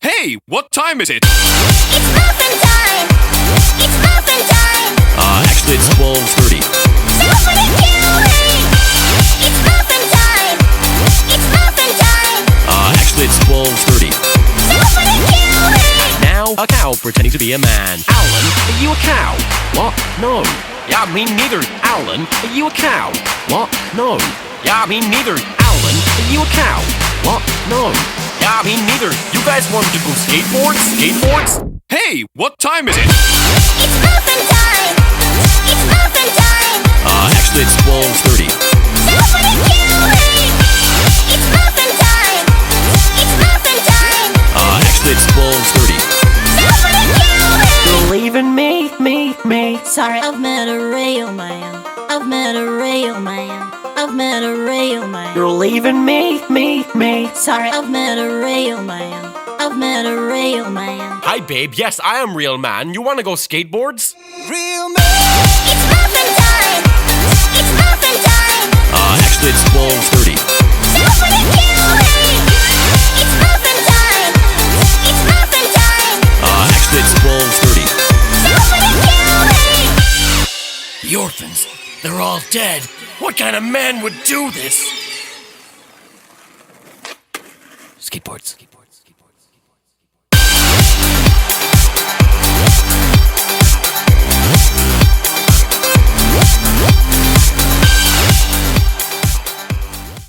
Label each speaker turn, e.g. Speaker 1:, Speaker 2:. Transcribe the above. Speaker 1: Hey, what time is it?
Speaker 2: It's muffin time. It's muffin time.
Speaker 3: Uh, actually, it's 12.30.
Speaker 2: Don't forget Gilly. It's muffin time. It's muffin time.
Speaker 3: Uh, actually, it's 12.30.
Speaker 2: Don't forget Gilly.
Speaker 3: Now, a cow pretending to be a man. Alan, are you a cow? What? No. Yeah, me neither. Alan, are you a cow? What? No. Yeah, me neither. Alan, are you a cow? What? No. Yeah, me neither. You guys want to go skateboards? Skateboards?
Speaker 1: Hey, what time is it?
Speaker 2: It's muffin time. It's muffin time.
Speaker 3: Uh, actually, it's 12.30.
Speaker 2: Don't forget Gilly. It's muffin time. It's muffin time.
Speaker 3: Uh, actually, it's 12.30.
Speaker 2: Don't forget Gilly.
Speaker 3: Believe in me, me, me.
Speaker 4: Sorry, I've met a real man. I've met a real man. I've met a real man.
Speaker 3: You're leaving me, me, me.
Speaker 4: Sorry, I've met a real man. I've met a real man.
Speaker 3: Hi, babe. Yes, I am real man. You wanna go skateboards?
Speaker 2: It's muffin time. It's muffin time.
Speaker 3: Uh, actually, it's 12.30.
Speaker 2: Don't forget Gilly. It's muffin time. It's muffin time.
Speaker 3: Uh, actually, it's 12.30.
Speaker 2: Don't forget Gilly.
Speaker 3: The orphans, they're all dead. What kind of man would do this? Skateboards.